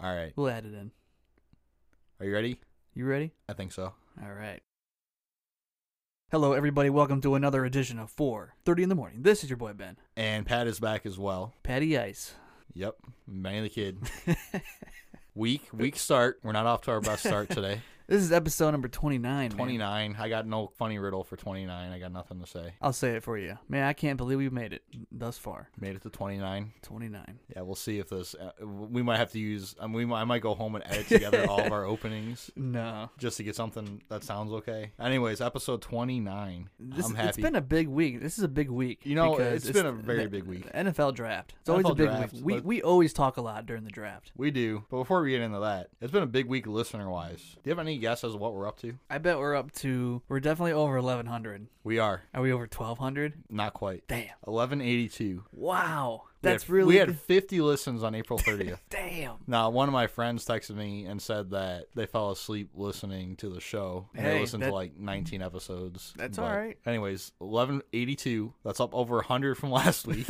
All right. We'll add it in. Are you ready? You ready? I think so. All right. Hello, everybody. Welcome to another edition of 4.30 in the morning. This is your boy, Ben. And Pat is back as well. Patty Ice. Yep. Man the kid. week week start. We're not off to our best start today. This is episode number 29, man. 29. I got no funny riddle for 29. I got nothing to say. I'll say it for you. Man, I can't believe we've made it thus far. Made it to 29. 29. Yeah, we'll see if this. Uh, we might have to use. Um, we might, I might go home and edit together all of our openings No. just to get something that sounds okay. Anyways, episode 29. This, I'm happy. It's been a big week. This is a big week. You know, because it's been a very big week. NFL draft. It's always a NFL big draft, week. We, but- we always talk a lot during the draft. we do, but before we get into that, it's been a big week listener wise. Do you have any guesses of what we're up to? I bet we're up to, we're definitely over 1,100. We are Are we over 1,200? not quite. Damn. 1182. Wow. We That's had- really We had 50 listens on April 30th. damn. now, one of my friends texted me and said that they fell asleep listening to the show. And they Hey, listened that- to like 19 episodes. That's But all right. Anyways, 1182. That's up over 100 from last week.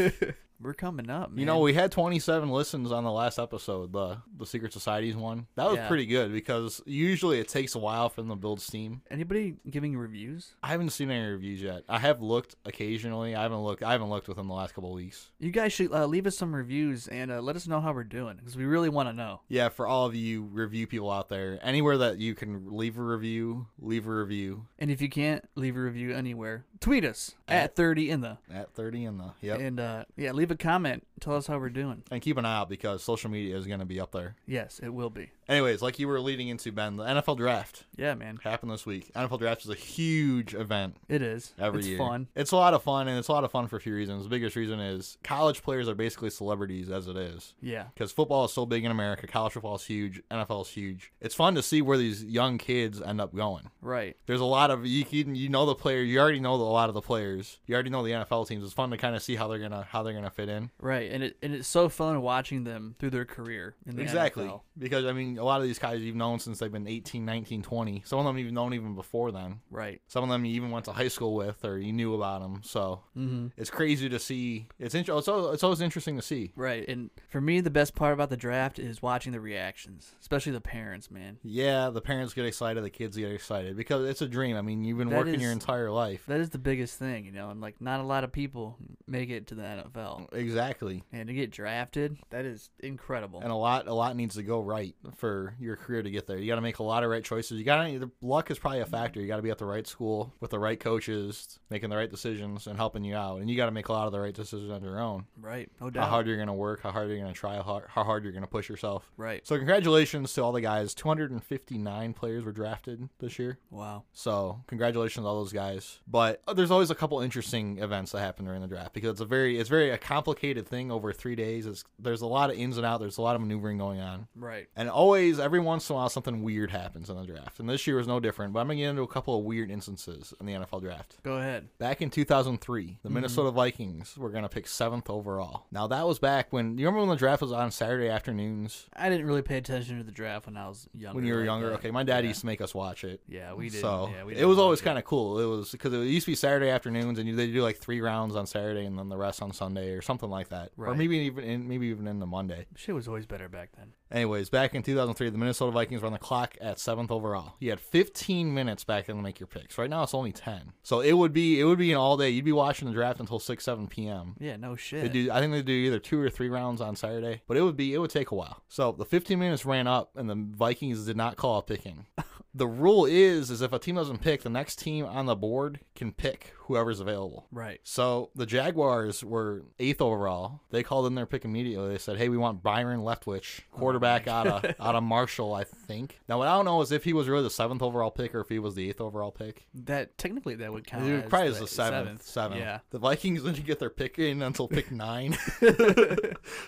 We're coming up, man. You know, we had 27 listens on the last episode, the the Secret Societies one. That was Yeah. pretty good because usually it takes a while for them to build steam. anybody giving reviews? I haven't seen any reviews yet. I have looked occasionally. I haven't looked. I haven't looked within the last couple of weeks. You guys should uh, leave us some reviews and uh, let us know how we're doing because we really want to know. Yeah, for all of you review people out there, anywhere that you can leave a review, leave a review And if you can't leave a review anywhere, tweet us at, At- 30 in the at 30 in the. Yep. and uh, yeah, leave a comment. Tell us how we're doing. And keep an eye out because social media is going to be up there. Yes, it will be. Anyways, like you were leading into, Ben, the NFL draft Yeah, man, happened this week. NFL draft is a huge event it is. every it's year. fun. It's a lot of fun, and it's a lot of fun for a few reasons. The biggest reason is college players are basically celebrities as it is. Yeah, because football is so big in America. College football is huge. NFL is huge. It's fun to see where these young kids end up going. right. There's a lot of you can you know the player. You already know the- a lot of the players. You already know the NFL teams. It's fun to kind of see how they're gonna how they're gonna fit in. Right, and it and it's so fun watching them through their career in the Exactly. NFL. Because I mean, a lot of these guys you've known since they've been 18, 19, 20. Some of them you've known even before then. Right. Some of them you even went to high school with or you knew about them. So Mm-hmm. it's crazy to see. It's int- it's, al- it's always interesting to see. Right, and for me, the best part about the draft is watching the reactions, especially the parents, man. Yeah, the parents get excited, the kids get excited because it's a dream. I mean, you've been That working is- your entire life. That is the biggest thing, you know, and like not a lot of people make it to the Mm. NFL. Exactly. And to get drafted, that is incredible. And a lot, a lot needs to go right for your career to get there. You got to make a lot of right choices. You got to luck is probably a factor. You got to be at the right school with the right coaches, making the right decisions and helping you out. And you got to make a lot of the right decisions on your own. Right, no How doubt. hard you're going to work, how hard you're going to try, how how hard you're going to push yourself. Right. So congratulations to all the guys. 259 players were drafted this year. Wow. So congratulations to all those guys. But uh, there's always a couple interesting events that happen during the draft because it's a very it's very a complicated thing over three days. It's, there's a lot of ins and outs. There's a lot of maneuvering going on. Right. And always, every once in a while, something weird happens in the draft. And this year was no different. But I'm going to get into a couple of weird instances in the NFL draft. Go ahead. Back in 2003, Mm-hmm. the Minnesota Vikings were going to pick seventh overall. Now, that was back when, you remember when the draft was on Saturday afternoons I didn't really pay attention to the draft when I was younger. when you were like younger? that. Okay, my dad Yeah. used to make us watch it. Yeah, we did. So yeah, we it didn't was watch always it. kind of cool. It was because it used to be Saturday afternoons, and you, they do like three rounds on Saturday, and then the rest on Sunday or something like that, or Right. maybe even in, maybe even into Monday. Shit was always better back then. Anyways, back in 2003, the Minnesota Vikings were on the clock at seventh overall. You had 15 minutes back then to make your picks. Right now, it's only 10. So it would be it would be an all day. You'd be watching the draft until 6 7 p.m. Yeah, no shit. They do. I think they do either two or three rounds on Saturday, but it would be it would take a while. So the 15 minutes ran up, and the Vikings did not call a picking. the rule is is if a team doesn't pick, the next team on the board can pick whoever's available. Right. So the Jaguars were eighth overall. They called in their pick immediately. They said, "Hey, we want Byron Leftwich, quarterback out of out of Marshall, I think." Now what I don't know is if he was really the seventh overall pick or if he was the eighth overall pick. That technically that would count. He as probably is the the seventh. seventh. Seventh. Yeah. The Vikings didn't get their pick in until pick nine,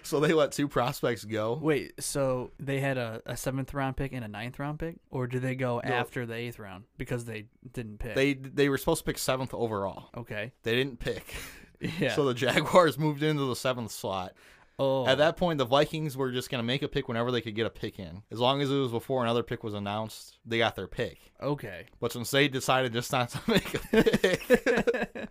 so they let two prospects go. Wait, so they had a, a seventh round pick and a ninth round pick, or did they go after the eighth round because they didn't pick? They they were supposed to pick seventh overall. okay, They didn't pick, yeah. so the Jaguars moved into the seventh slot. oh, At that point, the Vikings were just gonna make a pick whenever they could get a pick in, as long as it was before another pick was announced. They got their pick, okay, but since they decided just not to make a pick,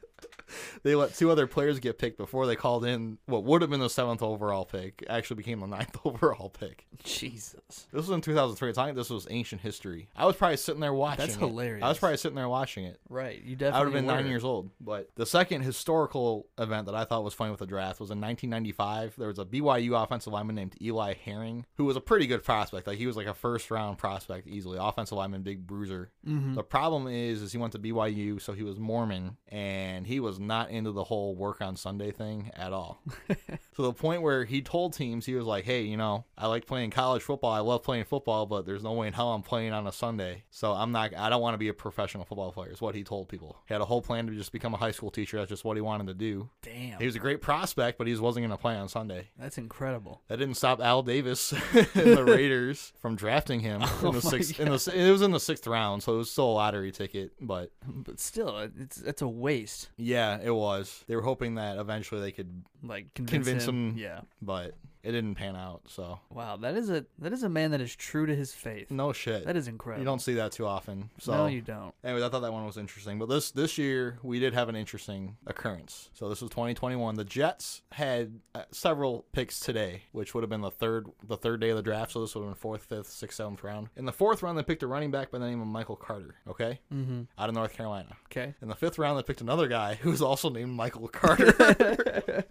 they let two other players get picked before they called in what would have been the seventh overall pick actually became the ninth overall pick. Jesus. This was in 2003. It's not like this was ancient history. I was probably sitting there watching. That's it. hilarious. I was probably sitting there watching it. Right. You I definitely would have been were. nine years old. But the second historical event that I thought was funny with the draft was in 1995. There was a BYU offensive lineman named Eli Herring, who was a pretty good prospect. Like he was like a first round prospect easily. Offensive lineman, big bruiser. Mhm. The problem is, is he went to BYU, so he was Mormon, and he was not into the whole work on Sunday thing at all. to the point where he told teams, he was like, "Hey, you know, I like playing college football. I love playing football, but there's no way in hell I'm playing on a Sunday. So I'm not. I don't want to be a professional football player." Is what he told people. He had a whole plan to just become a high school teacher. That's just what he wanted to do. Damn. He was a great prospect, but he just wasn't going to play on Sunday. That's incredible. That didn't stop Al Davis and the Raiders from drafting him in the my sixth. In the, it was in the sixth round, so it was still a lottery ticket. But But still, it- it's it's a waste. yeah, it was. They were hoping that eventually they could, Like convince, Convince him. him. Yeah. but it didn't pan out. So Wow. That is a that is a man that is true to his faith. no shit. That is incredible. you don't see that too often. So no, you don't. Anyways, I thought that one was interesting. But this this year we did have an interesting occurrence. So this was 2021. The Jets had uh, several picks today, which would have been the third the third day of the draft. So this would have been fourth, fifth, sixth, seventh round. In the fourth round, they picked a running back by the name of Michael Carter. Okay, Mm-hmm. out of North Carolina. Okay. In the fifth round, they picked another guy who was also named Michael Carter.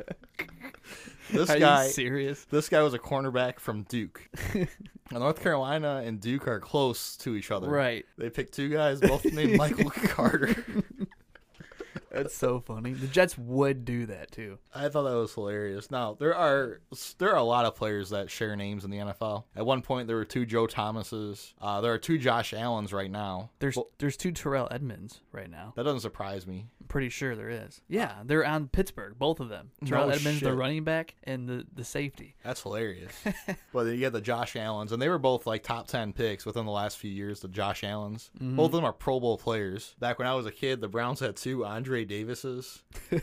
this Are guy. you serious? This guy was a cornerback from Duke. Now, North Carolina and Duke are close to each other. Right. They picked two guys, both named Michael Carter. That's so funny. The Jets would do that too. I thought that was hilarious. Now there are there are a lot of players that share names in the NFL. At one point, there were two Joe Thomases. Uh, there are two Josh Allens right now. There's there's two Terrell Edmonds right now. That doesn't surprise me. I'm pretty sure there is. Yeah, they're on Pittsburgh, both of them. Terrell Ah. No Edmonds, the shit. running back, and the the safety. That's hilarious. but then you got the Josh Allens, and they were both like top ten picks within the last few years. The Josh Allens, both of them are Pro Bowl players. Back when I was a kid, the Browns had two Andre Davises, and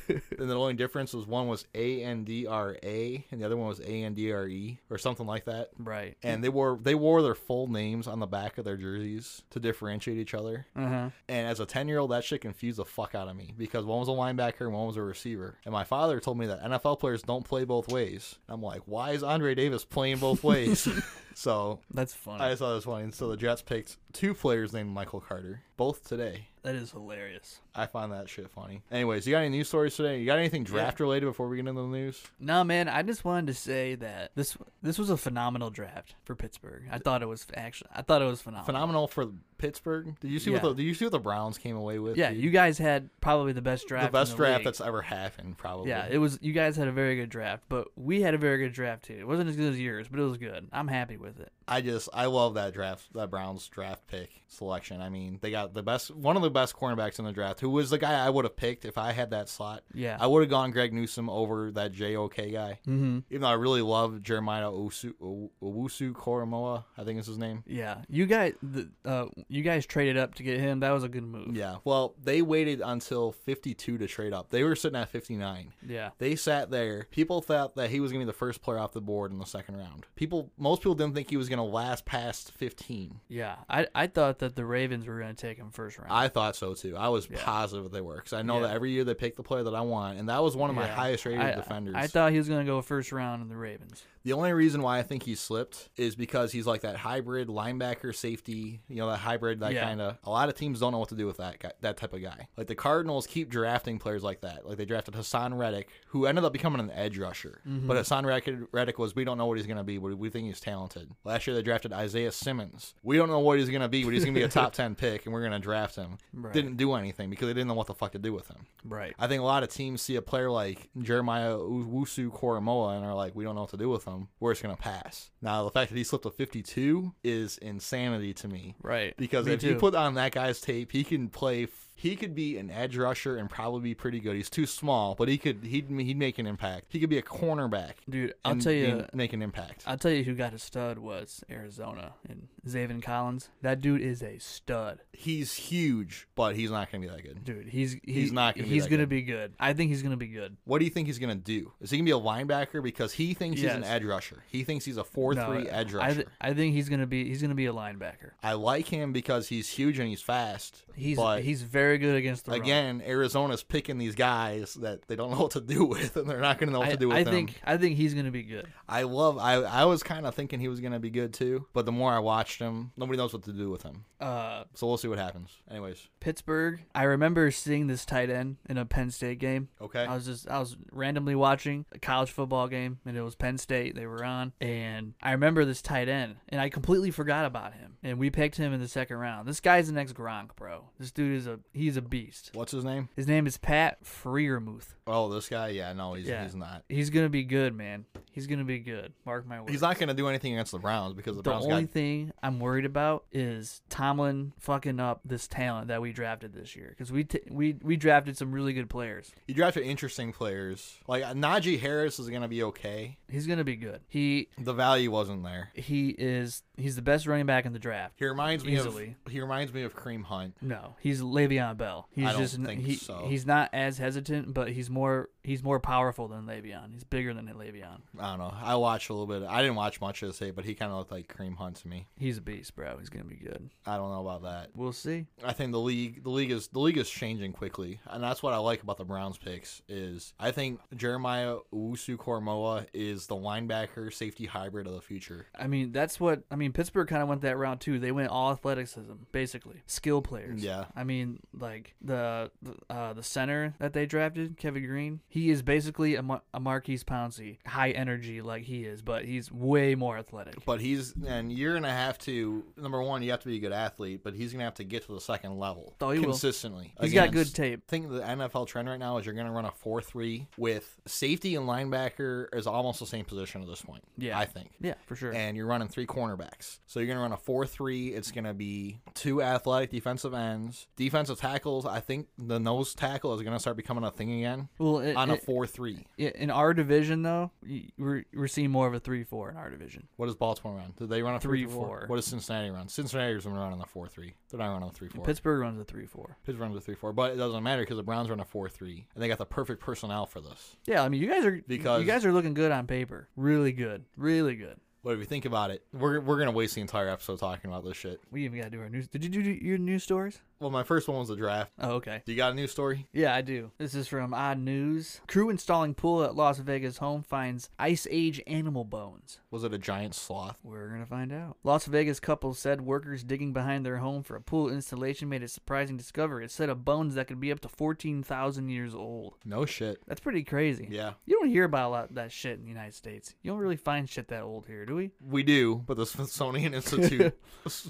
the only difference was one was A N D R A, and the other one was A N D R E or something like that. Right. and they wore they wore their full names on the back of their jerseys to differentiate each other. Uh huh. And as a ten year old, that shit confused the fuck out of me because one was a linebacker and one was a receiver. And my father told me that NFL players don't play both ways. I'm like, why is Andre Davis playing both ways? so That's funny. I just thought this one. And so the Jets picked two players named Michael Carter, both today. that is hilarious. I find that shit funny. Anyways, you got any news stories today? You got anything draft related before we get into the news? No, man, I just wanted to say that this this was a phenomenal draft for Pittsburgh. I thought it was actually I thought it was phenomenal. Phenomenal for Pittsburgh. Did you see what Yeah. the Did you see what the Browns came away with? Yeah, dude? you guys had probably the best draft. the best in draft league. that's ever happened, probably. Yeah, it was. You guys had a very good draft, but we had a very good draft too. It wasn't as good as yours, but it was good. I'm happy with it. I just I love that draft, that Browns draft pick selection. I mean, they got the best, one of the best cornerbacks in the draft, who was the guy I would have picked if I had that slot. Yeah. I would have gone Greg Newsom over that JOK guy. mm-hmm. Even though I really love Jeremiah Owusu Ow- Owusu Koromoa, I think is his name. Yeah, you guys, the, uh, you guys traded up to get him. That was a good move. Yeah. Well, they waited until 52 to trade up. They were sitting at 59. Yeah. They sat there. People thought that he was going to be the first player off the board in the second round. People, most people didn't think he was going to last past 15. Yeah, I, I thought that the Ravens were going to take him first round. I thought so too. I was Yeah. positive they were because I know Yeah. that every year they pick the player that I want, and that was one of my Yeah. highest rated I- defenders. I thought he was going to go first round in the Ravens. the only reason why I think he slipped is because he's like that hybrid linebacker safety, you know, that hybrid, that Yeah. kind of. A lot of teams don't know what to do with that guy, that type of guy. Like the Cardinals keep drafting players like that. Like they drafted Hassan Reddick, who ended up becoming an edge rusher. Mm-hmm. But Hassan Reddick, Reddick was, we don't know what he's going to be, but we think he's talented. Last year they drafted Isaiah Simmons. We don't know what he's going to be, but he's going to be a top 10 pick, and we're going to draft him. Right. Didn't do anything because they didn't know what the fuck to do with him. Right. I think a lot of teams see a player like Jeremiah Wusu Koromoa and are like, we don't know what to do with him. We're just going to pass. Now, the fact that he slipped to 52 is insanity to me. Right. Because Me if you too. put on that guy's tape, he can play. f- He could be an edge rusher and probably be pretty good. He's too small, but he could he'd he'd make an impact. He could be a cornerback. dude, I'll and tell you, be- make an impact. I'll tell you who got a stud was Arizona and Zaven Collins. That dude is a stud. He's huge. coach, but he's not going to be that good. Dude, he's he, He's not gonna be he's that gonna good. be good. I think he's gonna be good. What do you think he's going to do? Is he going to be a linebacker? Because he thinks he's an Yes. edge rusher. He thinks he's a 4 No, 3 edge I, rusher. th- I think he's gonna be he's gonna be a linebacker. I like him because he's huge and he's fast. He's but he's very good against the run. again, Arizona's picking these guys that they don't know what to do with, and they're not going to know what I, to do with I them. think I think he's gonna be good. I love. I I was kind of thinking he was going to be good too, but the more I watched him, nobody knows what to do with him. Uh, So we'll see what happens. Anyways, Pittsburgh. I remember seeing this tight end in a Penn State game. okay. I was just I was randomly watching a college football game and it was Penn State they were on and I remember this tight end and I completely forgot about him and we picked him in the second round. This guy's the next Gronk, bro. This dude is a he's a beast. What's his name? His name is Pat Freermuth. Oh, this guy. Yeah, no, he's Yeah. he's not. He's gonna be good, man. He's gonna be good. Mark my words. He's not going to do anything against the Browns because the, the Browns only got. thing I'm worried about is Tomlin fucking up this talent that we drafted this year because we t- we we drafted some really good players. You drafted interesting players. Like uh, Najee Harris is going to be okay. He's gonna be good. He The value wasn't there. he is he's the best running back in the draft. He reminds me Easily. of. He reminds me of Cream Hunt. No, he's Le'Veon Bell. He's I don't just n- think he, so. he's not as hesitant, but he's more he's more powerful than Le'Veon. He's bigger than Le'Veon. I don't know. I watched a little bit. I didn't watch much of this day, but he kind of looked like Cream Hunt to me. He's a beast, bro. He's gonna be good. I don't know about that. We'll see. I think the league the league is the league is changing quickly, and that's what I like about the Browns picks is I think Jeremiah Usu Kormoa is the linebacker safety hybrid of the future. I mean, that's what I mean. Pittsburgh kind of went that route too. They went all athleticism, basically skill players. Yeah. I mean, like the the, uh, the center that they drafted, Kevin Green. He is basically a, Mar- a Marquise Pouncey, high energy like he is, but he's way more athletic. But he's and you're gonna have to number one, you have to be a good athlete, but he's gonna have to get to the second level Oh, he will. consistently. He's got against- good tape. I think the NFL trend right now is you're going to run a 4 3 with safety and linebacker is almost the same position at this point. Yeah. I think. Yeah, for sure. and you're running three cornerbacks. So you're going to run a 4 3. It's going to be two athletic defensive ends. Defensive tackles, I think the nose tackle is going to start becoming a thing again well, it, on a it- 4 3. i- in our division though, y- we're we're seeing more of a three four in our division. What does Baltimore run? Did they run a 3 3-4. What does Cincinnati run? Cincinnati's going to run on a 4 3. They're not running a 3 4. Pittsburgh runs a three four. Pittsburgh runs a 3 4, but it doesn't matter because the Browns run a 4 3, and they got the perfect personnel for this. Yeah, I mean, you guys are Because- you guys are looking good on paper. Really good. Really good. But if you think about it, we're, we're going to waste the entire episode talking about this shit. We even got to do our news. Did you do your news stories? Well, my first one was the draft. Oh, okay. Do you got a new story? Yeah, I do. This is from Odd News. Crew installing pool at Las Vegas home finds ice age animal bones. Was it a giant sloth? We're going to find out. Las Vegas couple said workers digging behind their home for a pool installation made a surprising discovery. A set of bones that could be up to 14,000 years old. No shit. That's pretty crazy. Yeah. You don't hear about a lot of that shit in the United States. You don't really find shit that old here, do we? We do, but the Smithsonian Institute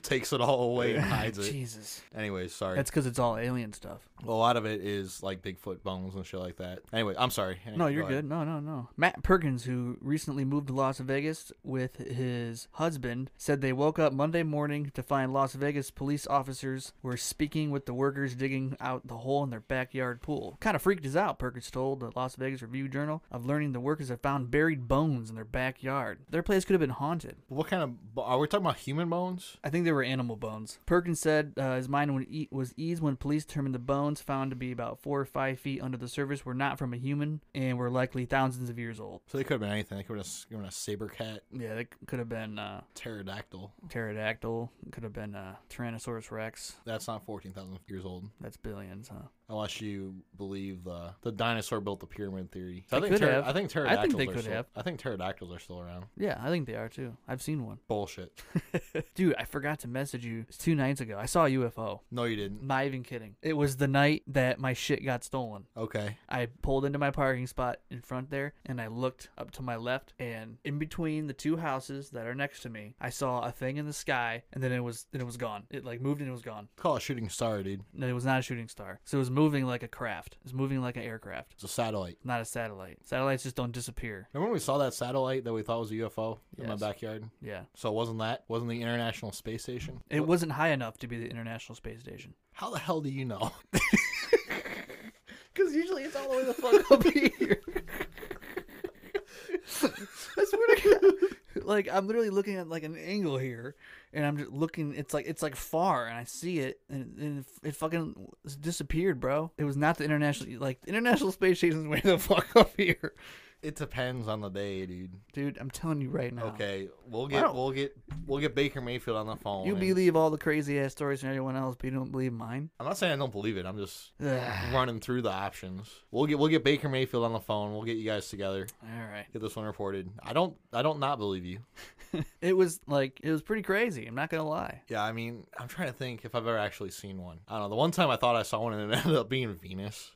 takes it all away and hides it. Jesus. Anyways, sorry. That's because it's all alien stuff. a lot of it is like Bigfoot bones and shit like that. Anyway, I'm sorry. Anyway, No, you're go ahead. good. No, no, no. Matt Perkins, who recently moved to Las Vegas with his husband, said they woke up Monday morning to find Las Vegas police officers were speaking with the workers digging out the hole in their backyard pool. Kind of freaked us out, Perkins told the Las Vegas Review Journal, of learning the workers had found buried bones in their backyard. Their place could have been haunted. What kind of bo- are we talking about? Human bones? I think they were animal bones. Perkins said uh, his mind when e- was eased when police determined the bones found to be about four or five feet under the surface were not from a human and were likely thousands of years old. So they could have been anything. They could have been a, saber cat, Yeah, that could have been uh, pterodactyl. pterodactyl. Could have been uh, Tyrannosaurus Rex. That's not fourteen thousand years old, That's billions, huh? unless you believe the the dinosaur built the pyramid theory. So I They think could pter- have. I think pterodactyls I think they are could still, have. I think pterodactyls are still around. Yeah, I think they are too. I've seen one. Bullshit. Dude, I forgot to message you two nights ago. I saw a UFO. No, you didn't. Not even kidding. It was the night that my shit got stolen. Okay. I pulled into my parking spot in front there and I looked up to my left and in between the two houses that are next to me, I saw a thing in the sky and then it was then it was gone. It like moved and it was gone. Call it a shooting star, dude. No, it was not a shooting star. So it was moving like a craft. It was moving like an aircraft. It's a satellite. not a satellite. Satellites just don't disappear. Remember when we saw that satellite that we thought was a UFO in my Yes. backyard? Yeah. So wasn't that wasn't the International Space Station? It wasn't high enough to be the International Space Station. How the hell do you know? Because usually it's all the way the fuck up here. I swear to God. like I'm literally looking at like an angle here, and I'm just looking. It's like it's like far, and I see it, and, and it f- it fucking disappeared, bro. It was not the international like the international space station's way the fuck up here, It depends on the day, dude. dude. I'm telling you right now. Okay, we'll I get don't- we'll get we'll get Baker Mayfield on the phone. You and- believe all the crazy ass stories from everyone else, but you don't believe mine. I'm not saying I don't believe it. I'm just Ugh. running through the options. We'll get we'll get Baker Mayfield on the phone. We'll get you guys together. All right. Get this one reported. I don't I don't not believe you. It was like it was pretty crazy. I'm not gonna lie. Yeah, I mean, I'm trying to think if I've ever actually seen one. I don't know. The one time I thought I saw one and it ended up being Venus.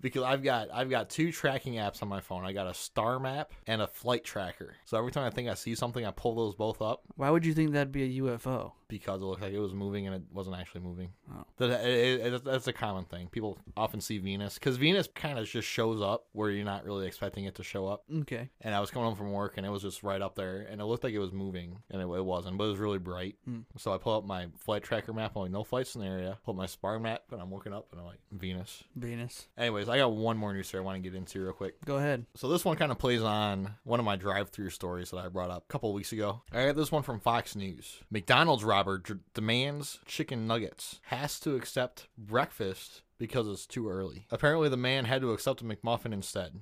because I've got I've got two tracking apps on my phone. I got a star map and a flight tracker. So every time I think I see something, I pull those both up Why would you think that'd be a UFO? because it looked like it was moving and it wasn't actually moving. Oh. That- it- it- that's a common thing. People often see Venus because Venus kind of just shows up where you're not really expecting it to show up. Okay. And I was coming home from work and it was just right up there and it looked like it was moving and it, it wasn't, but it was really bright. Hmm. So I pull up my flight tracker map, I'm like, no flights in the area. Pull up my spar map and I'm looking up and I'm like, Venus. Venus. Anyways, I got one more news story I want to get into real quick. Go ahead. So this one kind of plays on one of my drive-through stories that I brought up a couple weeks ago. I got this one from Fox News. McDonald's robber dr- demands chicken nuggets, has to accept breakfast because it's too early. Apparently, the man had to accept a McMuffin instead.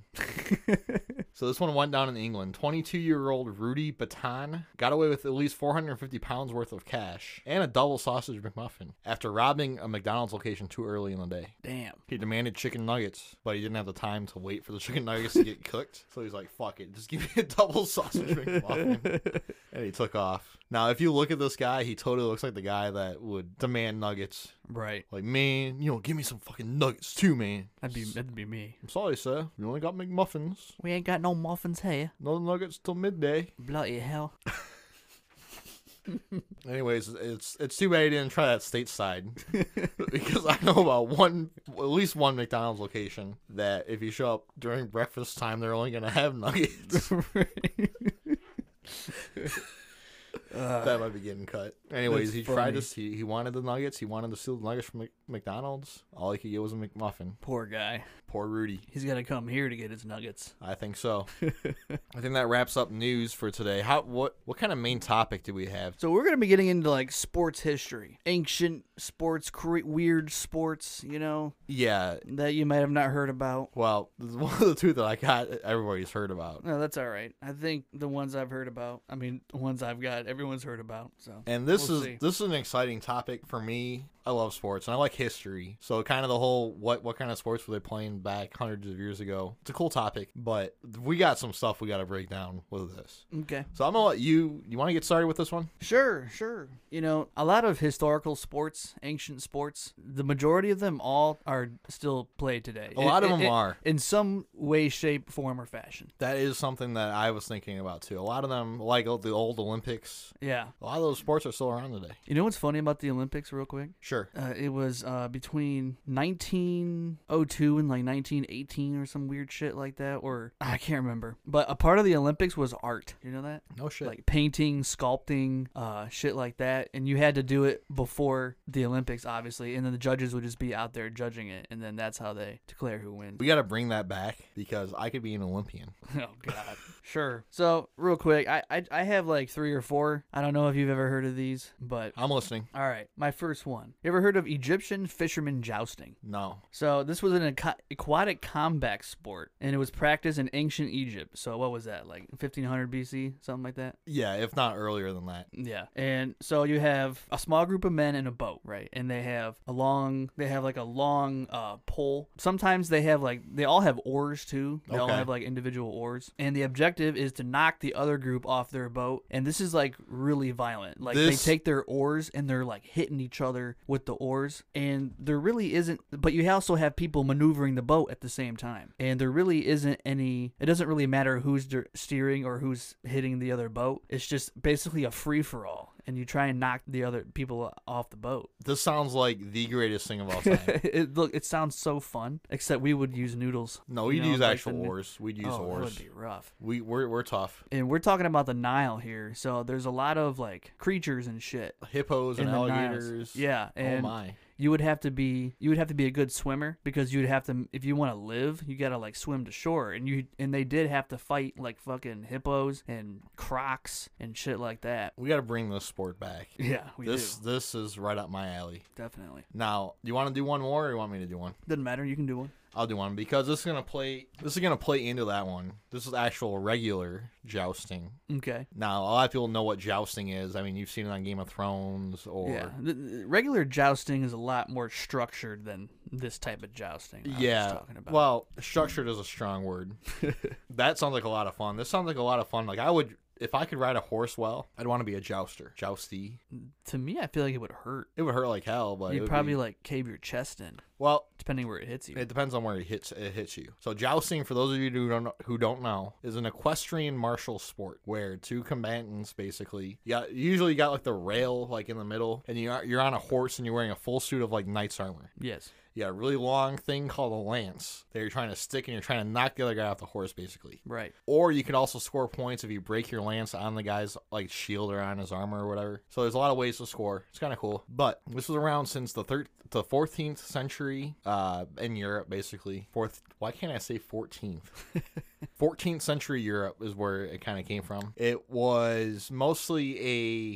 So this one went down in England. 22-year-old Rudy Baton got away with at least 450 pounds worth of cash and a double sausage McMuffin after robbing a McDonald's location too early in the day. Damn. He demanded chicken nuggets, but he didn't have the time to wait for the chicken nuggets to get cooked. So he's like, fuck it, just give me a double sausage McMuffin. and he took off. Now, if you look at this guy, he totally looks like the guy that would demand nuggets. Right. Like, man, you know, give me some fucking nuggets too, man. That'd be that'd be me. I'm sorry, sir. You only got McMuffins. We ain't got no muffins here. No nuggets till midday. Bloody hell. Anyways, it's it's too bad he didn't try that stateside because I know about one, at least one McDonald's location that if you show up during breakfast time, they're only gonna have nuggets. Uh, that might be getting cut. Anyways, That's he tried funny. to he, he wanted the nuggets. He wanted to steal the nuggets from Mc, McDonald's. All he could get was a McMuffin. Poor guy. Poor Rudy. He's got to come here to get his nuggets. I think so. I think that wraps up news for today. How what what kind of main topic do we have? So we're gonna be getting into like sports history, ancient sports, cre- weird sports, you know, Yeah. that you might have not heard about. Well, this is one of the two that I got everybody's heard about. No, that's all right. I think the ones I've heard about, I mean, the ones I've got, everyone's heard about. So And this We'll is see. this is an exciting topic for me. I love sports and I like history. So kind of the whole what what kind of sports were they playing back hundreds of years ago? It's a cool topic, but we got some stuff we got to break down with this. okay. So I'm gonna let you. You want to get started with this one? Sure, sure. You know, a lot of historical sports, ancient sports, the majority of them all are still played today. A lot of In- them in- are. In some way, shape, form, or fashion. That is something that I was thinking about too. A lot of them, like the old Olympics, Yeah. a lot of those sports are still around today. You know what's funny about the Olympics, real quick? Sure. Uh, it was uh, between 1902 and like 1918 or some weird shit like that, or I can't remember. But a part of the Olympics was art. You know that? No shit. Like painting, sculpting, uh, shit like that. And you had to do it before the Olympics, obviously. And then the judges would just be out there judging it. And then that's how they declare who wins. we got to bring that back because I could be an Olympian. oh, God. sure. So, real quick, I, I, I have like three or four. I don't know if you've ever heard of these, but. I'm listening. All right, my first one. You ever heard of Egyptian fishermen jousting? No. So this was an aqua- aquatic combat sport, and it was practiced in ancient Egypt. So what was that, like 1500 BC, something like that? Yeah, if not earlier than that. Yeah. And so you have a small group of men in a boat, right? And they have a long, they have like a long uh, pole. Sometimes they have like, they all have oars too. They all Okay. have like individual oars. And the objective is to knock the other group off their boat. And this is like really violent. Like This- they take their oars and they're like hitting each other with the oars. And there really isn't, but you also have people maneuvering the boat at the same time. And there really isn't any, it doesn't really matter who's dir- steering or who's hitting the other boat. It's just basically a free for all. And you try and knock the other people off the boat. This sounds like the greatest thing of all time. it, look, it sounds so fun, except we would use noodles. No, you we'd know, use like actual the- oars. We'd use oh, that oars. would be rough. We we're we're tough. And we're talking about the Nile here, so there's a lot of like creatures and shit Hippos and in the Niles. alligators. Yeah, and oh my. you would have to be you would have to be a good swimmer because you'd have to if you want to live, you got to like swim to shore and you and they did have to fight like fucking hippos and crocs and shit like that. We got to bring this sport back. Yeah, we this do. this is right up my alley. Definitely. Now, do you want to do one more, or you want me to do one? Doesn't matter, you can do one. I'll do one because this is gonna play. This is gonna play into that one. This is actual regular jousting. Okay. Now, a lot of people know what jousting is. I mean, you've seen it on Game of Thrones or yeah. Th- th- regular jousting is a lot more structured than this type of jousting. that I was Yeah. talking about. Well, structured is a strong word. that sounds like a lot of fun. This sounds like a lot of fun. Like I would, if I could ride a horse well, I'd want to be a jouster, jousty. to me, I feel like it would hurt. It would hurt like hell, but it You'd would probably be- like cave your chest in, well. depending where it hits you. It depends on where it hits it hits you. So jousting, for those of you who don't who don't know, is an equestrian martial sport where two combatants basically, yeah, usually you got like the rail like in the middle, and you are, you're on a horse and you're wearing a full suit of like knight's armor. yes. You got a really long thing called a lance that you're trying to stick and you're trying to knock the other guy off the horse basically. Right. Or you can also score points if you break your lance on the guy's like shield or on his armor or whatever. So there's a lot of ways to score. It's kind of cool. But this was around since the third the 14th century uh, in Europe, basically. Fourth. Why can't I say 14th? 14th century Europe is where it kind of came from. It was mostly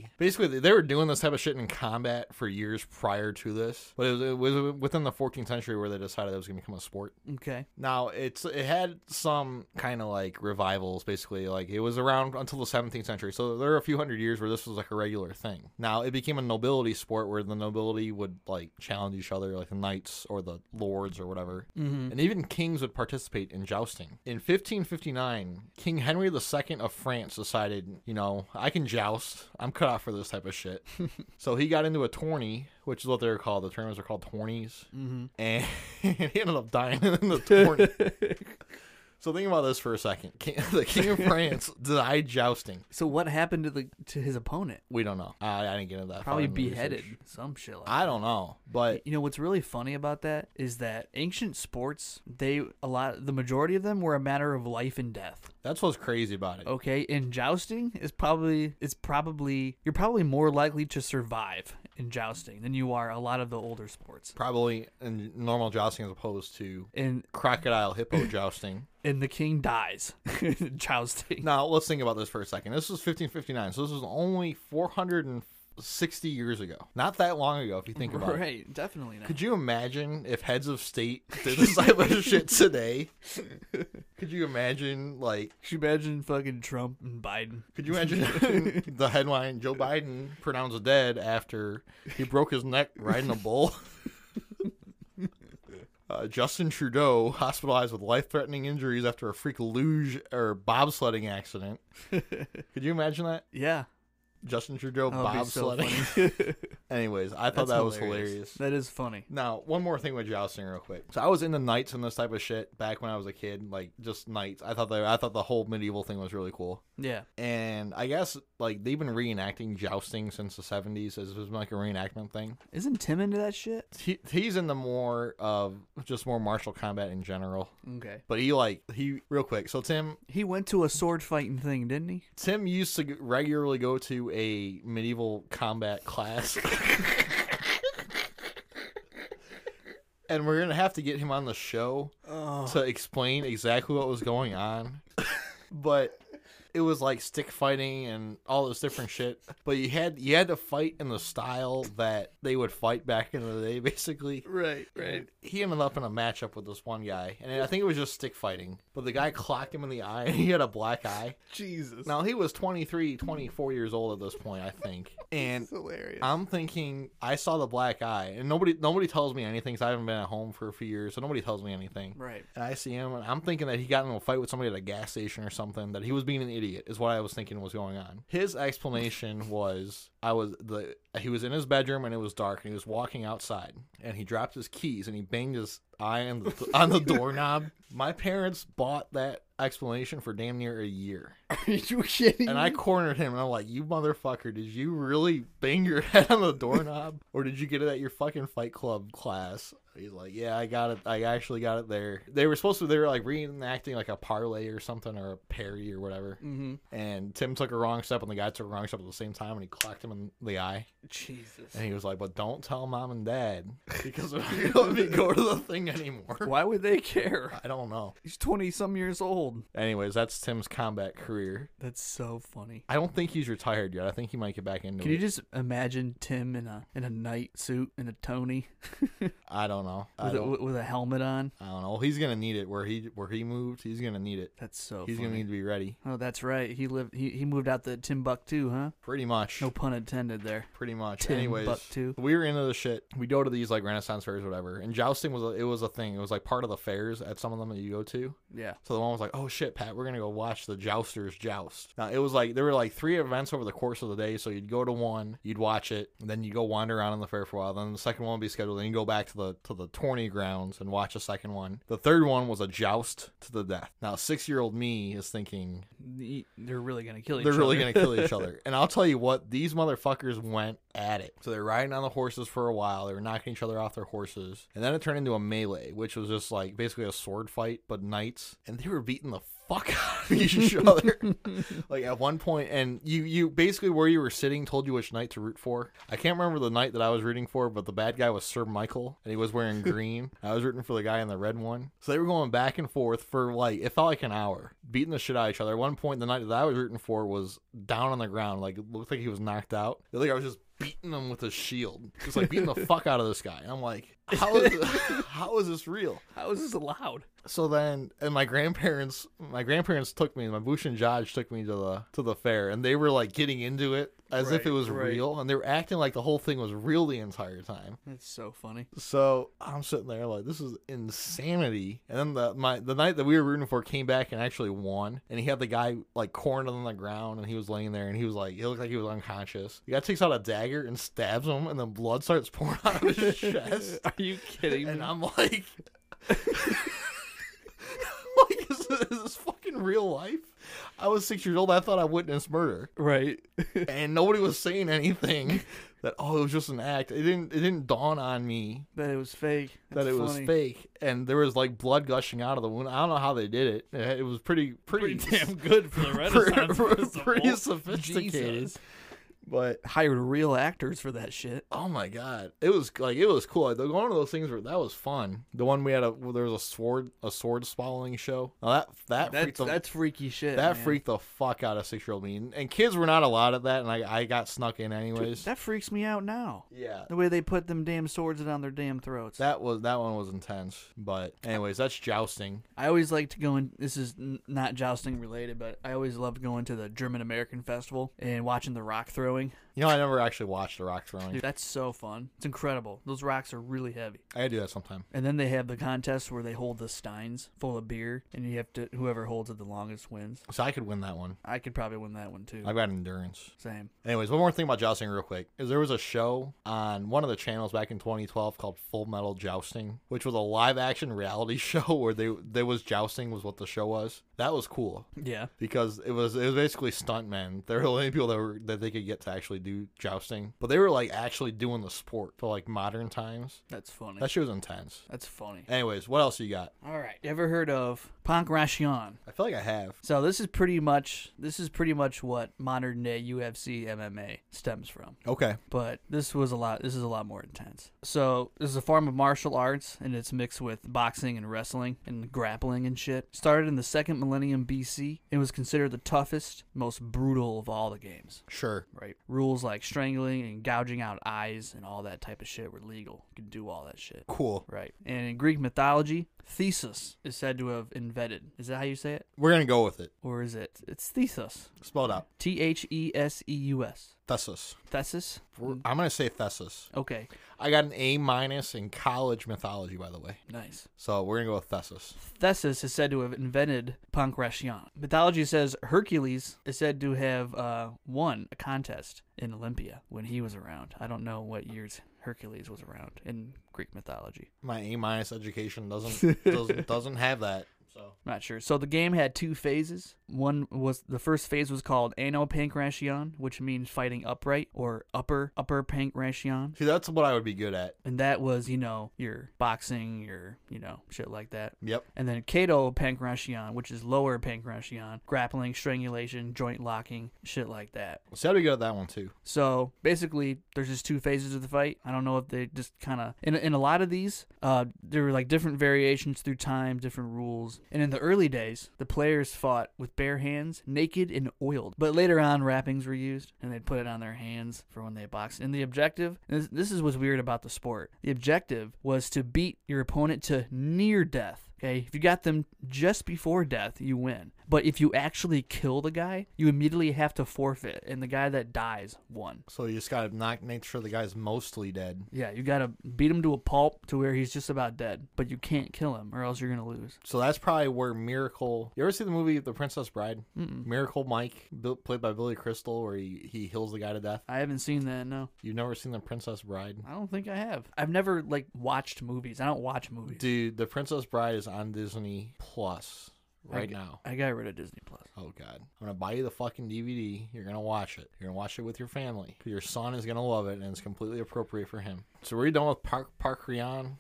a basically they were doing this type of shit in combat for years prior to this, but it was, it was within the 14th century where they decided it was going to become a sport. Okay. Now it's it had some kind of like revivals, basically. Like it was around until the 17th century, so there were a few hundred years where this was like a regular thing. Now it became a nobility sport where the nobility would like challenge each other, like the knights or the lords or whatever, Mm-hmm. and even kings would participate in jousting. In 1559, King Henry II of France decided, you know, I can joust. I'm cut out for this type of shit. so he got into a tourney, which is what they're called. The tournaments are called tourneys Mm-hmm. and he ended up dying in the tournament. so think about this for a second. King, the king of France died jousting. So what happened to the to his opponent? We don't know. I, I didn't get into that. far Probably in the research. beheaded. Some shit like I don't know, but You know what's really funny about that is that ancient sports, they a lot the majority of them were a matter of life and death. that's what's crazy about it. Okay? And jousting is probably it's probably you're probably more likely to survive in jousting than you are a lot of the older sports. Probably in normal jousting as opposed to And crocodile hippo jousting. and the king dies in jousting. Now let's think about this for a second. This was 1559, so this was only 460 years ago. Not that long ago, if you think about it. Right, definitely not. Could you imagine if heads of state did this type of shit today? Could you imagine, like, Could you imagine fucking Trump and Biden? could you imagine the headline Joe Biden pronounced dead after he broke his neck riding a bull? Uh, Justin Trudeau hospitalized with life threatening injuries after a freak luge or bobsledding accident. Could you imagine that? Yeah. Justin Trudeau That would be so bobsledding. funny. Anyways, I thought That's that was hilarious. That is funny. Now, one more thing with jousting, real quick. So I was into knights and this type of shit back when I was a kid, like just knights. I thought they, I thought the whole medieval thing was really cool. Yeah. And I guess like they've been reenacting jousting since the seventies as it's been like a reenactment thing. Isn't Tim into that shit? He, he's into more of just more martial combat in general. Okay. But he like he real quick. So Tim He went to a sword fighting thing, didn't he? Tim used to regularly go to a medieval combat class. and we're going to have to get him on the show to explain exactly what was going on. but it was like stick fighting and all this different shit. But you had you had to fight in the style that they would fight back in the day basically. Right, He ended up in a matchup with this one guy, and I think it was just stick fighting. But the guy clocked him in the eye, and he had a black eye. Jesus. Now he was 23, 24 years old at this point, I think. And hilarious. I'm thinking I saw the black eye and nobody nobody tells me anything cuz I haven't been at home for a few years, so nobody tells me anything. Right. And I see him and I'm thinking that he got into a fight with somebody at a gas station or something that he was being an idiot is what I was thinking was going on. His explanation was I was the he was in his bedroom and it was dark and he was walking outside and he dropped his keys and he banged his eye on the, on the doorknob. My parents bought that explanation for damn near a year. Are you kidding? And I cornered him and I'm like, you motherfucker, did you really bang your head on the doorknob? or did you get it at your fucking fight club class? He's like, yeah, I got it. I actually got it there. They were supposed to, they were like reenacting like a parlay or something or a parry or whatever. Mm-hmm. And Tim took a wrong step and the guy took a wrong step at the same time and he clocked him in the eye. Jesus. And he was like, but don't tell mom and dad because they're not going to let me go to the thing anymore. Why would they care? I don't know. He's 20 some years old. Anyways, that's Tim's combat career. That's so funny. I don't think he's retired yet. I think he might get back into Can it. you just imagine Tim in a in a night suit and a Tony I don't know. I with a, don't, with a helmet on? I don't know. He's gonna need it where he where he moved. He's gonna need it. That's so he's funny. gonna need to be ready. oh, that's right. He lived. He, he moved out to Timbuktu, huh? Pretty much. No pun intended there. Pretty much. Anyways, Timbuktu. we were into the shit. We go to these like Renaissance fairs, whatever. And jousting was a, it was a thing. It was like part of the fairs at some of them that you go to. Yeah. So the one was like, "Oh shit, Pat, we're gonna go watch the jousters joust." Now it was like there were like three events over the course of the day. So you'd go to one, you'd watch it, and then you go wander around in the fair for a while. Then the second one would be scheduled. Then you go back to the to the tourney grounds and watch the second one. The third one was a joust to the death. Now six year old me is thinking Ye- They're really gonna kill each they're other. really gonna kill each other. And I'll tell you what, these motherfuckers went at it. So they're riding on the horses for a while. They were knocking each other off their horses, and then it turned into a melee, which was just like basically a sword fight, but knights. And they were beating the fuck out of each other. like at one point, and you you basically where you were sitting told you which knight to root for. I can't remember the knight that I was rooting for, but the bad guy was Sir Michael, and he was wearing green. I was rooting for the guy in the red one. So they were going back and forth for like it felt like an hour, beating the shit out of each other. At one point, the knight that I was rooting for was down on the ground, like it looked like he was knocked out. The other guy was just beating him with his shield, just like beating the fuck out of this guy. And I'm like, how is how is this real? How is this allowed? So then, and my grandparents, my grandparents took me, my Bush and Judge took me to the to the fair, and they were like getting into it as if it Right, was right. real, and they were acting like the whole thing was real the entire time. That's so funny. So I'm sitting there like this is insanity. And then the my the night that we were rooting for came back and actually won. And he had the guy like cornered on the ground and he was laying there and he was like he looked like he was unconscious. The guy takes out a dagger and stabs him and then blood starts pouring out of his chest. Are you kidding me? And I'm like, like is this, is this fucking real life? I was six years old. I thought I witnessed murder, right. and nobody was saying anything. That oh, it was just an act. It didn't. It didn't dawn on me that it was fake. that That's it was funny. fake, and there was like blood gushing out of the wound. I don't know how they did it. It it was pretty, pretty, good for the pretty, pretty Festival. sophisticated. Jesus. But Hired real actors for that shit. Oh my god, it was like it was cool. Like the- one of those things where that was fun. The one we had a well, there was a sword a sword swallowing show. Now that that That's freaked the, that's freaky shit. that man. freaked the fuck out of six year old me. And, and kids were not allowed at that, and I I got snuck in anyways. That freaks me out now. yeah, The way they put them damn swords down their damn throats. that was that one was intense. But anyways, that's jousting. I always like to go in. This is n- not jousting related, but I always loved going to the German American Festival and watching the rock throwing. You know, I never actually watched the rock throwing. Dude, that's so fun. It's incredible. Those rocks are really heavy. I gotta do that sometime. And then they have the contest where they hold the steins full of beer, and you have to whoever holds it the longest wins. So I could win that one. I could probably win that one too. I've got endurance. Same. Anyways, one more thing about jousting, real quick, is there was a show on one of the channels back in 2012 called Full Metal Jousting, which was a live-action reality show where they there was jousting was what the show was. That was cool Yeah. because it was it was basically stuntmen. They were the only people that were that they could get to actually do jousting, but they were like actually doing the sport for like modern times. That's funny. That shit was intense. That's funny. Anyways, what else you got? All right. Ever heard of Punk Ration? I feel like I have. So this is pretty much this is pretty much what modern day UFC MMA stems from. Okay. But this was a lot this is a lot more intense. So this is a form of martial arts and it's mixed with boxing and wrestling and grappling and shit. Started in the second millennium BC and was considered the toughest, most brutal of all the games. Sure. Right. Rules like strangling and gouging out eyes and all that type of shit were legal. You could do all that shit. Cool. Right. And in Greek mythology, Theseus is said to have invented. Is that how you say it? We're gonna go with it. Or is it? It's Theseus. Spelled out. T H E S E U S. Thesis. Thesis? We're- I'm gonna say thesis. Okay. I got an A minus in college mythology, by the way. Nice. So we're gonna go with Thesis. Theseus is said to have invented Pancration. Mythology says Hercules is said to have uh, won a contest in Olympia when he was around. I don't know what years Hercules was around in Greek mythology. My A minus education doesn't doesn't doesn't have that. So Not sure. So the game had two phases. One was the first phase was called Ano Pankration, which means fighting upright or upper upper Pankration. see, that's what I would be good at. And that was, you know, your boxing, your, you know, shit like that. Yep. And then Kato Pankration, which is lower Pankration, grappling, strangulation, joint locking, shit like that. See, I'd be good at that one too. So basically, there's just two phases of the fight. I don't know if they just kind of in, in a lot of these, uh, there were like different variations through time, different rules. And in the early days, the players fought with bare hands, naked and oiled. But later on, wrappings were used, and they'd put it on their hands for when they boxed. And the objective, and this, this is what's weird about the sport. The objective was to beat your opponent to near death. Okay, if you got them just before death, you win. But if you actually kill the guy, you immediately have to forfeit, and the guy that dies won. So you just gotta knock, make sure the guy's mostly dead. Yeah, you gotta beat him to a pulp to where he's just about dead, but you can't kill him or else you're gonna lose. So that's probably where Miracle. You ever see the movie The Princess Bride? Miracle Mike, built, played by Billy Crystal, where he he heals the guy to death. I haven't seen that. No, You've never seen The Princess Bride? I don't think I have. I've never like watched movies. I don't watch movies. Dude, The Princess Bride is on Disney Plus I right g- now. I got rid of Disney Plus. Oh God! I'm gonna buy you the fucking DVD. You're gonna watch it. You're gonna watch it with your family. Your son is gonna love it, and it's completely appropriate for him. So we're done with Park Park Ryan.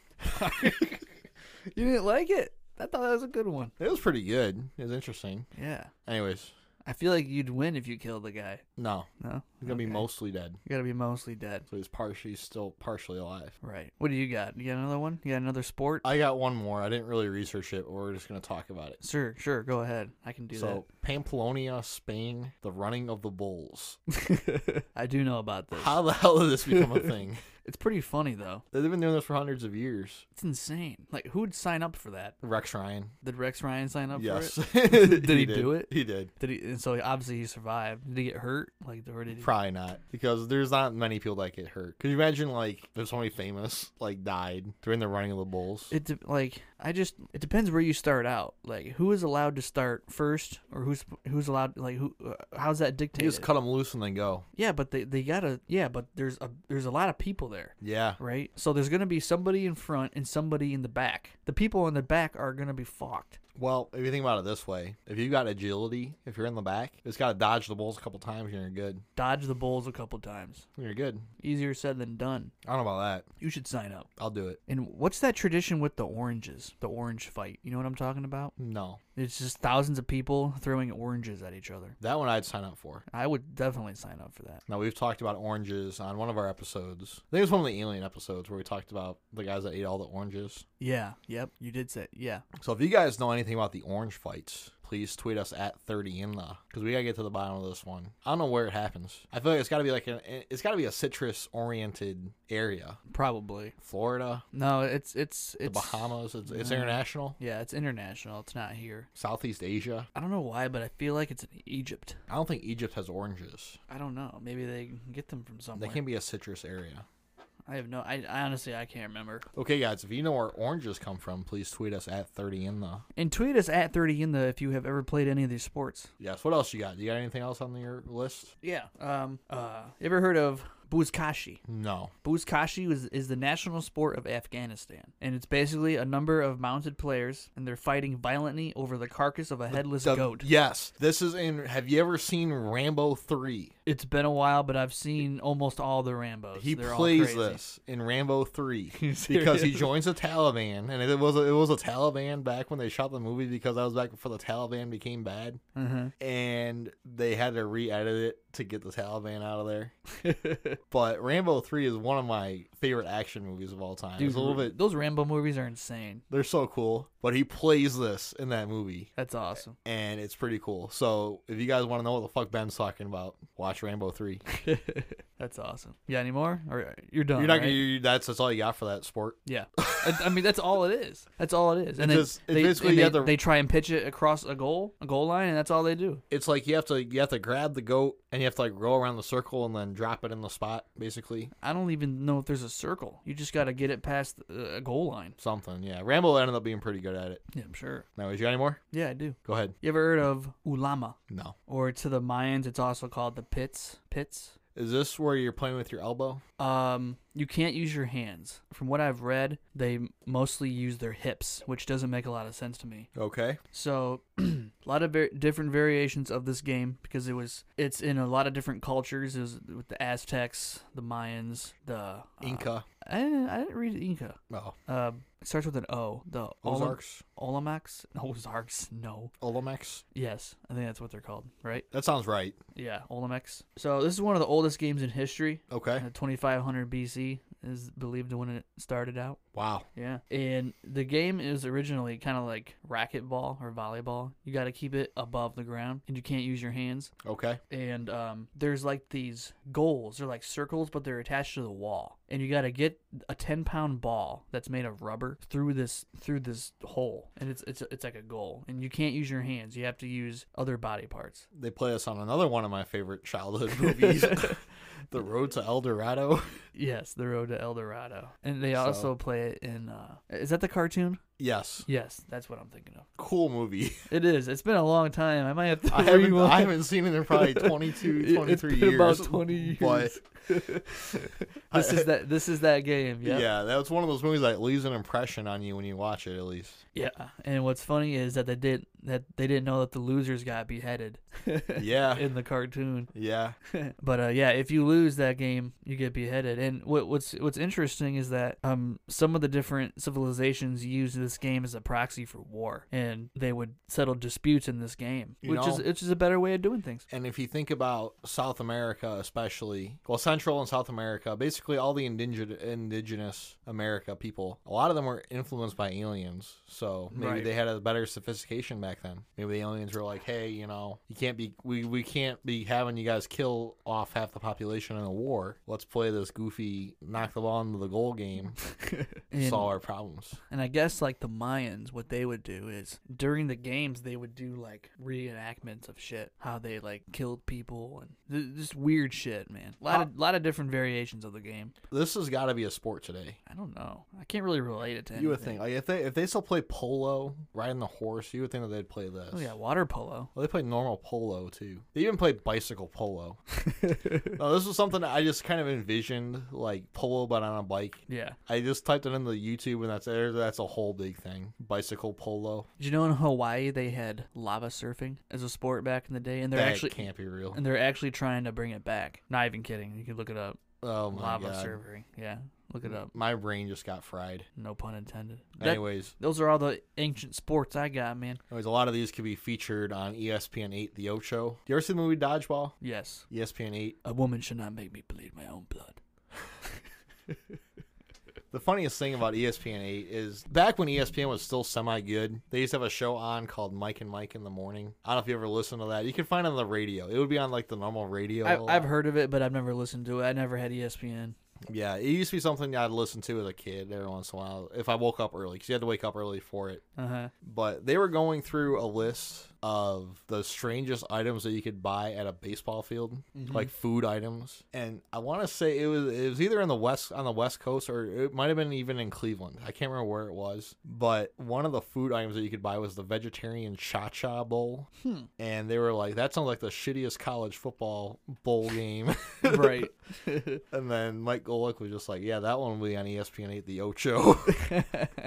You didn't like it? I thought that was a good one. It was pretty good. It was interesting. Yeah, Anyways, I feel like you'd win if you killed the guy. no, No, he's gonna be Okay. mostly dead. You gotta be mostly dead. So he's partially still partially alive. Right. What do you got? You got another one? You got another sport? I got one more. I didn't really research it, but we're just gonna talk about it. Sure, sure. Go ahead. I can do so Pamplonia, Spain, the running of the bulls. that. I do know about this. How the hell did this become a thing? It's pretty funny though. They've been doing this for hundreds of years. It's insane. Like, who'd sign up for that? Rex Ryan. Did Rex Ryan sign up yes. for it? Did he do it? He did. Did he? And so obviously he survived. Did he get hurt? Like, or did he? Probably not, because there's not many people that get hurt. Could you imagine like if somebody famous like died during the running of the bulls? It de- like I just it depends where you start out. Like, who is allowed to start first, or who's who's allowed? Like, who? Uh, how's that you dictated? just cut them loose and then go. yeah, but they they gotta. Yeah, but there's a there's a lot of people there. Yeah. Right, so there's gonna be somebody in front and somebody in the back. The people in the back are gonna be fucked. Well, if you think about it this way, if you got agility, if you're in the back, you just gotta dodge the bulls a couple times and you're good. Dodge the bulls a couple times. You're good. Easier said than done. I don't know about that. You should sign up. I'll do it. And what's that tradition with the oranges? The orange fight. You know what I'm talking about? No, It's just thousands of people throwing oranges at each other. that one I'd sign up for. I would definitely sign up for that. Now we've talked about oranges on one of our episodes. I think it was one of the alien episodes where we talked about the guys that ate all the oranges. Yeah. Yep. You did say. Yeah. So if you guys know anything about the orange fights, please tweet us at 30 in the because we gotta get to the bottom of this one. I don't know where it happens. I feel like it's gotta be like an it's gotta be a citrus oriented area. Probably. Florida, No. It's it's it's the Bahamas. It's, it's Yeah. international. Yeah. It's international. It's not here. Southeast Asia. I don't know why, but I feel like it's in Egypt. I don't think Egypt has oranges. I don't know. Maybe they can get them from They somewhere. can be a citrus area. I have no. I, I honestly I can't remember. Okay, guys, if you know where oranges come from, please tweet us at 30 in the. And tweet us at thirty in the if you have ever played any of these sports. Yes, what else you got? You got anything else on your list? Yeah. Um. Uh. You ever heard of Buzkashi? No. Buzkashi is, is the national sport of Afghanistan, and it's basically a number of mounted players, and they're fighting violently over the carcass of a headless The- goat. Yes, this is in. Have you ever seen Rambo 3? It's been a while, but I've seen almost all the Rambo's. He They're all plays crazy. this in Rambo 3 because he joins the Taliban, and it was a, it was a Taliban back when they shot the movie because that was back before the Taliban became bad, Mhm. and they had to re-edit it to get the Taliban out of there. but Rambo 3 is one of my favorite action movies of all time. Dude, it's a little bit those Rambo movies are insane. they're so cool, but he plays this in that movie, That's awesome. and it's pretty cool. So if you guys want to know what the fuck Ben's talking about, watch Rambo 3. That's awesome. Yeah, any more? Or uh, you're done? You're not right? gonna. You, that's that's all you got for that sport. Yeah, I, I mean that's all it is. That's all it is. And It then just- it they, basically and you they, have to- they try and pitch it across a goal, a goal line, and that's all they do. It's like you have to you have to grab the goat and you have to like roll around the circle and then drop it in the spot, basically I don't even know if there's a circle. You just got to get it past uh, a goal line. something. Yeah, Rambo ended up being pretty good at it. Yeah, I'm sure. Anyways, you got any more? Yeah, I do. Go ahead. You ever heard of ulama? No, Or to the Mayans, it's also called the pits. Pits. Is this where you're playing with your elbow? Um, you can't use your hands. From what I've read, they mostly use their hips, which doesn't make a lot of sense to me. Okay. So, a lot of ver- different variations of this game because it was it's in a lot of different cultures. It was with the Aztecs, the Mayans, the uh, Inca. I didn't, I didn't read Inca. Oh. Uh, it starts with an O. The Olom- Ozarks. Olamacs. Ozarks. No. Olmecs. Yes, I think that's what they're called, right? That sounds right. Yeah, Olmecs. So this is one of the oldest games in history. Okay. Uh, 2500 BC is believed when it started out. Wow. Yeah. And the game is originally kind of like racquetball or volleyball. You got to keep it above the ground and you can't use your hands. Okay. And um, there's like these goals. They're like circles, but they're attached to the wall. And you got to get a 10 pound ball that's made of rubber through this through this hole. And it's, it's, it's like a goal. And you can't use your hands. You have to use other body parts. They play us on another one of my favorite childhood movies, The Road to El Dorado. Yes, The Road to El Dorado. And they So- also play it in. Uh, is that the cartoon? Yes. Yes, that's what I'm thinking of. Cool movie. It is. It's been a long time. I might have to. I haven't, rewind. I haven't seen it in probably 22, It- 23 it's been years. about 20 years. But this is that. This is that game. Yeah. yeah, that was one of those movies that leaves an impression on you when you watch it, at least. Yeah. And what's funny is that they did that they didn't know that the losers got beheaded Yeah. in the cartoon. Yeah. But uh, yeah, if you lose that game, you get beheaded. And what, what's what's interesting is that um some of the different civilizations used this game as a proxy for war, and they would settle disputes in this game, You which is know- which is a better way of doing things. And if you think about South America, especially, well, Central and South America, basically all the indige- indigenous America people, a lot of them were influenced by aliens. So maybe Right. they had a better sophistication back then. Maybe the aliens were like, hey, you know, you can't be, we, we can't be having you guys kill off half the population in a war. Let's play this goofy knock the ball into the goal game, And- solve our problems. And I guess like the Mayans, what they would do is during the games they would do like reenactments of shit, how they like killed people and th- just weird shit, man. A lot of lot of different variations of the game. This has got to be a sport today. I don't know. I can't really relate it to anything. You would think, like, if they if they still play polo, riding the horse, you would think that they'd play this. Oh yeah, water polo. Well, they played normal polo too. They even played bicycle polo. no, this was something that I just kind of envisioned, like polo but on a bike. Yeah. I just typed it into YouTube, and that's there. That's a whole big thing. Bicycle polo. Did you know in Hawaii they had lava surfing as a sport back in the day, and they're that actually can't be real. and they're actually trying to bring it back. Not even kidding. You can look it up. Oh my lava god, Mm. surfing. Yeah, look it up. my brain just got fried. No pun intended. That- Anyways, those are all the ancient sports I got, man. anyways, a lot of these could be featured on E ESPN Eight, The Ocho. You ever see the movie Dodgeball? E Yes. ESPN Eight. A woman should not make me bleed my own blood. The funniest thing about E ESPN 8 is back when E ESPN was still semi good, they used to have a show on called Mike and Mike in the Morning. I don't know if you ever listened to that. You can find it on the radio. It would be on like the normal radio. I, I've heard of it, but I've never listened to it. I never had E ESPN. Yeah, it used to be something I'd listen to as a kid every once in a while if I woke up early because you had to wake up early for it. Uh huh. But they were going through a list of the strangest items that you could buy at a baseball field, like food items. And I want to say it was it was either in the west on the west coast or it might have been even in Cleveland. I can't remember where it was, but one of the food items that you could buy was the vegetarian cha-cha bowl. And they were like, "That sounds like the shittiest college football bowl game." Right. and then Mike Golick was just like, "Yeah, that one will be on E ESPN 8 the Ocho."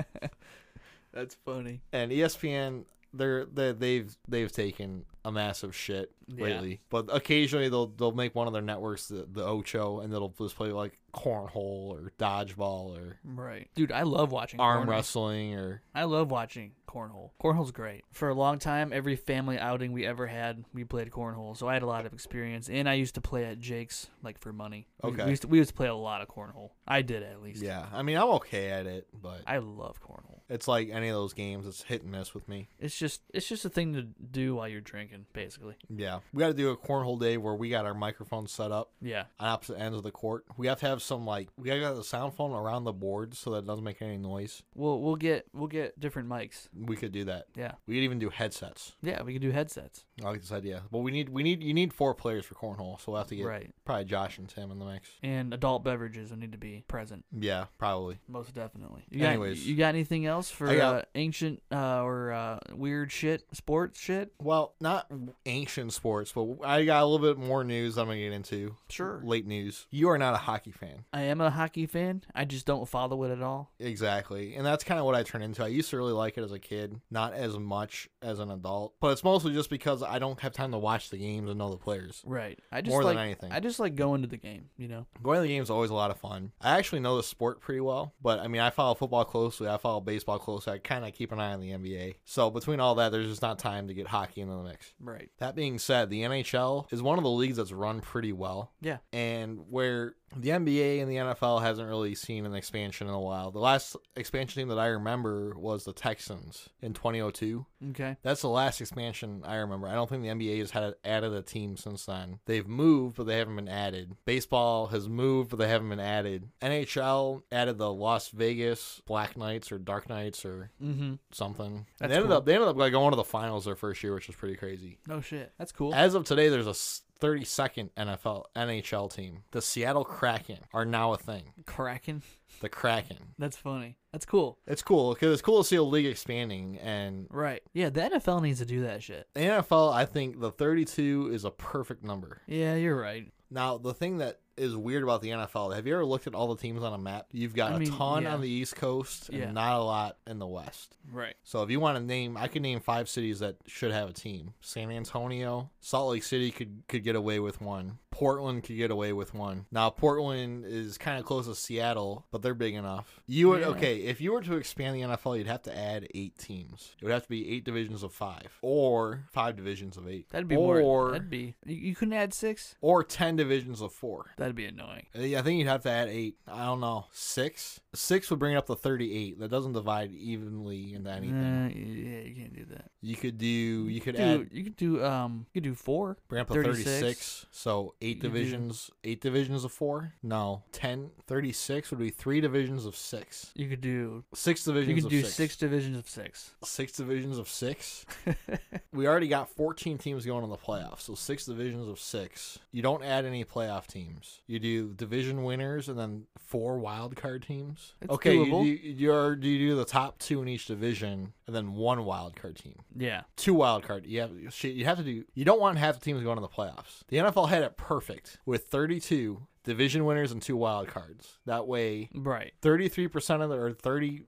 That's funny. and E ESPN they're, they they've they've taken a massive shit Yeah. lately. But occasionally they'll they'll make one of their networks the, the Ocho and they'll just play like cornhole or dodgeball or Right. Dude, I love watching arm cornhole. wrestling or I love watching cornhole. Cornhole's great. For a long time, every family outing we ever had, we played cornhole. So I had a lot of experience, and I used to play at Jake's, like for money. We- Okay. We used to, we used to play a lot of cornhole. I did at least. yeah. I mean I'm okay at it, but I love cornhole. it's like any of those games. It's hit and miss with me. It's just it's just a thing to do while you're drinking, basically. Yeah, we got to do a cornhole day where we got our microphones set up Yeah. on opposite ends of the court. We have to have some like we got to have the sound phone around the board so that it doesn't make any noise. We'll we'll get we'll get different mics. We could do that. Yeah. We could even do headsets. Yeah, we could do headsets. I like this idea. But we need we need you need four players for cornhole, so we'll have to get Right. probably Josh and Tim in the mix. And adult beverages will need to be present, Yeah, probably. most definitely. You got, Anyways. you got anything else for I got- uh, ancient uh, or uh, weird shit, sports shit? Well, not ancient sports, but I got a little bit more news I'm gonna get into. Sure. Late news. You are not a hockey fan. I am a hockey fan. I just don't follow it at all. Exactly. And that's kind of what I turned into. I used to really like it as a kid, not as much as an adult. But it's mostly just because I don't have time to watch the games and know the players. Right. I just More like than anything. I just like going to the game, you know. Going to the game is always a lot of fun. I actually know the sport pretty well, but I mean, I follow football closely. I follow baseball closely. I kind of keep an eye on the NBA. So between all that, there's just not time to get hockey into the mix. Right. That being said, the NHL is one of the leagues that's run pretty well. Yeah. And where the NBA and the NFL hasn't really seen an expansion in a while. The last expansion team that I remember was the Texans in 2002. Okay. That's the last expansion I remember. I don't think the NBA has had added a team since then. They've moved, but they haven't been added. Baseball has moved, but they haven't been added. NHL added the Las Vegas Black Knights or Dark Knights or Mm-hmm. something. And That's they ended cool. up they ended up like going to the finals their first year, which was pretty crazy. No shit. That's cool. As of today, there's a s- 32nd NFL NHL team. The Seattle Kraken are now a thing. Kraken. The Kraken. That's funny. That's cool. It's cool because it's cool to see a league expanding and. Right. Yeah, the NFL needs to do that shit. the NFL, I think the 32 is a perfect number. Yeah, you're right. Now, the thing that is weird about the NFL, have you ever looked at all the teams on a map? You've got I a mean, ton yeah. on the East Coast and Yeah. not a lot in the West. Right. So if you want to name, I could name five cities that should have a team. San Antonio, Salt Lake City could could get away with one. Portland could get away with one. Now Portland is kind of close to Seattle, but they're big enough. You would Yeah. okay if you were to expand the NFL, you'd have to add eight teams. It would have to be eight divisions of five, or five divisions of eight. That'd be or, more. That'd be. You, you couldn't add six. or ten divisions of four. That'd be annoying. Yeah, I think you'd have to add eight. I don't know. Six? Six would bring it up to 38. That doesn't divide evenly Mm. into anything. Nah, yeah, you can't do that. You could do, you could Dude, add, you could do um, you could do four. bring up to 36. 36. So eight You do- divisions, eight divisions of four? No. 10, 36 would be three divisions of six. You could do. Six divisions You could of do six. six. divisions of six. Six divisions of six. we already got 14 teams going in the playoffs. So six divisions of six. You don't add any playoff teams. You do division winners and then four wild card teams. It's okay, you doable. do, you're, you do the top two in each division and then one wild card team. Yeah. Two wild card. You have shit. You have to do. You don't want half the teams going to the playoffs. The NFL had it perfect with 32 division winners and two wild cards. That way, Right. 33% of the, or 36%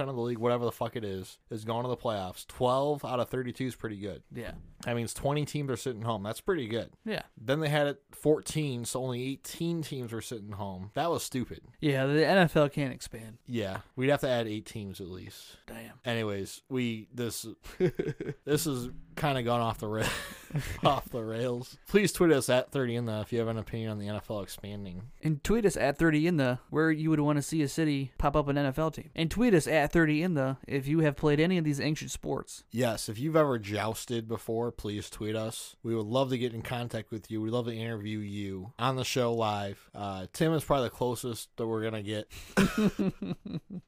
of the league, whatever the fuck it is, is going to the playoffs. 12 out of 32 is pretty good. Yeah. That means 20 teams are sitting home. That's pretty good. Yeah. Then they had it 14, so only 18 teams were sitting home. That was stupid. Yeah. The NFL can't expand. Yeah, we'd have to add eight teams at least. Damn. Anyways, we this this has kind of gone off the rail, off the rails. Please tweet us at 30 in the if you have an opinion on the NFL expanding. And tweet us at 30 in the where you would want to see a city pop up an NFL team. And tweet us at 30 in the if you have played any of these ancient sports. Yes, if you've ever jousted before, please tweet us. We would love to get in contact with you. We'd love to interview you on the show live. Uh, Tim is probably the closest that we're going to get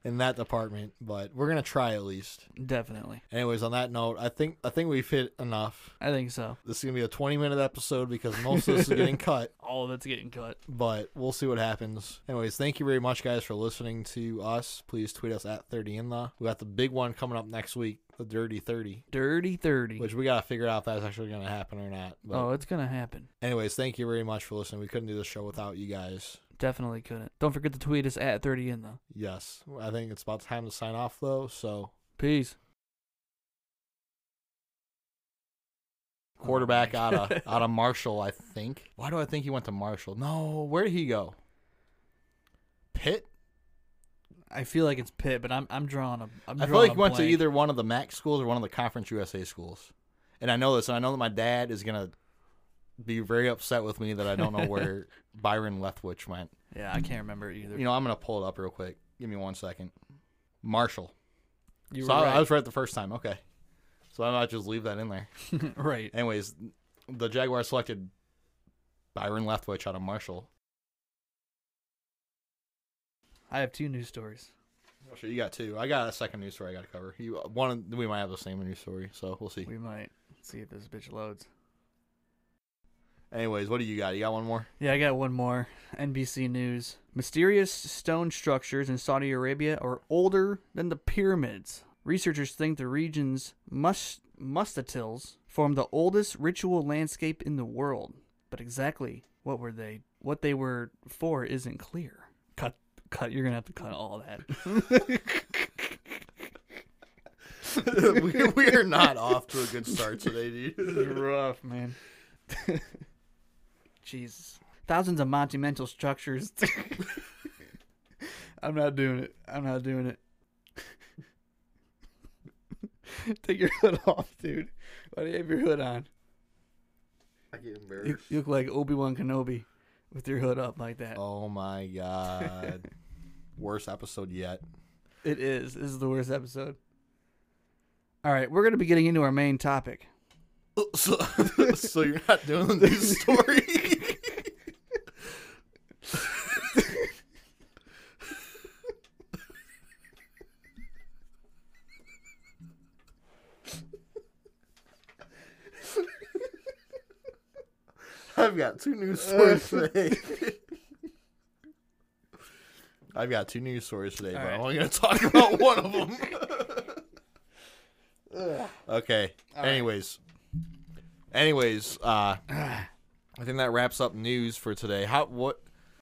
in that department, but we're going to try at least. Definitely. Anyways, on that note, I think I think we've hit enough. I think so. This is going to be a 20 minute episode because most of this is getting cut, All of it's Oh, getting cut. but we'll see what happens. Anyways, thank you very much, guys, for listening to us. Please tweet us at 30 in the. We got the big one coming up next week, the Dirty 30. Dirty 30. which we gotta figure out if that's actually gonna happen or not. But oh, it's going to happen. anyways, thank you very much for listening. We couldn't do this show without you guys. Definitely couldn't. Don't forget to tweet us at 30 in though. Yes, I think it's about time to sign off though. So Peace. Oh, quarterback out of God. out of Marshall, I think. Why do I think he went to Marshall? No, where did he go? Pitt. I feel like it's Pitt, but I'm I'm drawing a. I'm I feel drawing like he a went to blank. either one of the MAC schools or one of the Conference USA schools. And I know this, and I know that my dad is gonna be very upset with me that I don't know where Byron Leftwich went. Yeah, I can't remember either. You know, I'm gonna pull it up real quick. Give me one second. Marshall. You so were I- right. I was right the first time. Okay. So I might just leave that in there. right. Anyways, the Jaguars selected Byron Leftwich out of Marshall. I have two news stories. Oh, Sure, you got two. I got a second news story I got to cover. You one, we might have the same news story, so we'll see. We might. Let's see if this bitch loads. Anyways, what do you got? You got one more? Yeah, I got one more. NBC News. Mysterious stone structures in Saudi Arabia are older than the pyramids. Researchers think the region's mus- mustatils form the oldest ritual landscape in the world. But exactly what were they what they were for isn't clear. Cut cut you're gonna have to cut all that. we, we are not off to a good start today, dude. rough, man. Jesus. Thousands of monumental structures. I'm not doing it. I'm not doing it. Take your hood off, dude. Why do you have your hood on? I get You, embarrassed. you look like Obi Wan Kenobi with your hood up like that. Oh my god. Worst episode yet. It is. This is the worst episode. All right, we're going to be getting into our main topic. So, so you're not doing the news story? I've got two news stories today. I've got two news stories today, but I'm right. only going to talk about one of them. okay. Anyways. Anyways, uh, I think that wraps up news for today. How what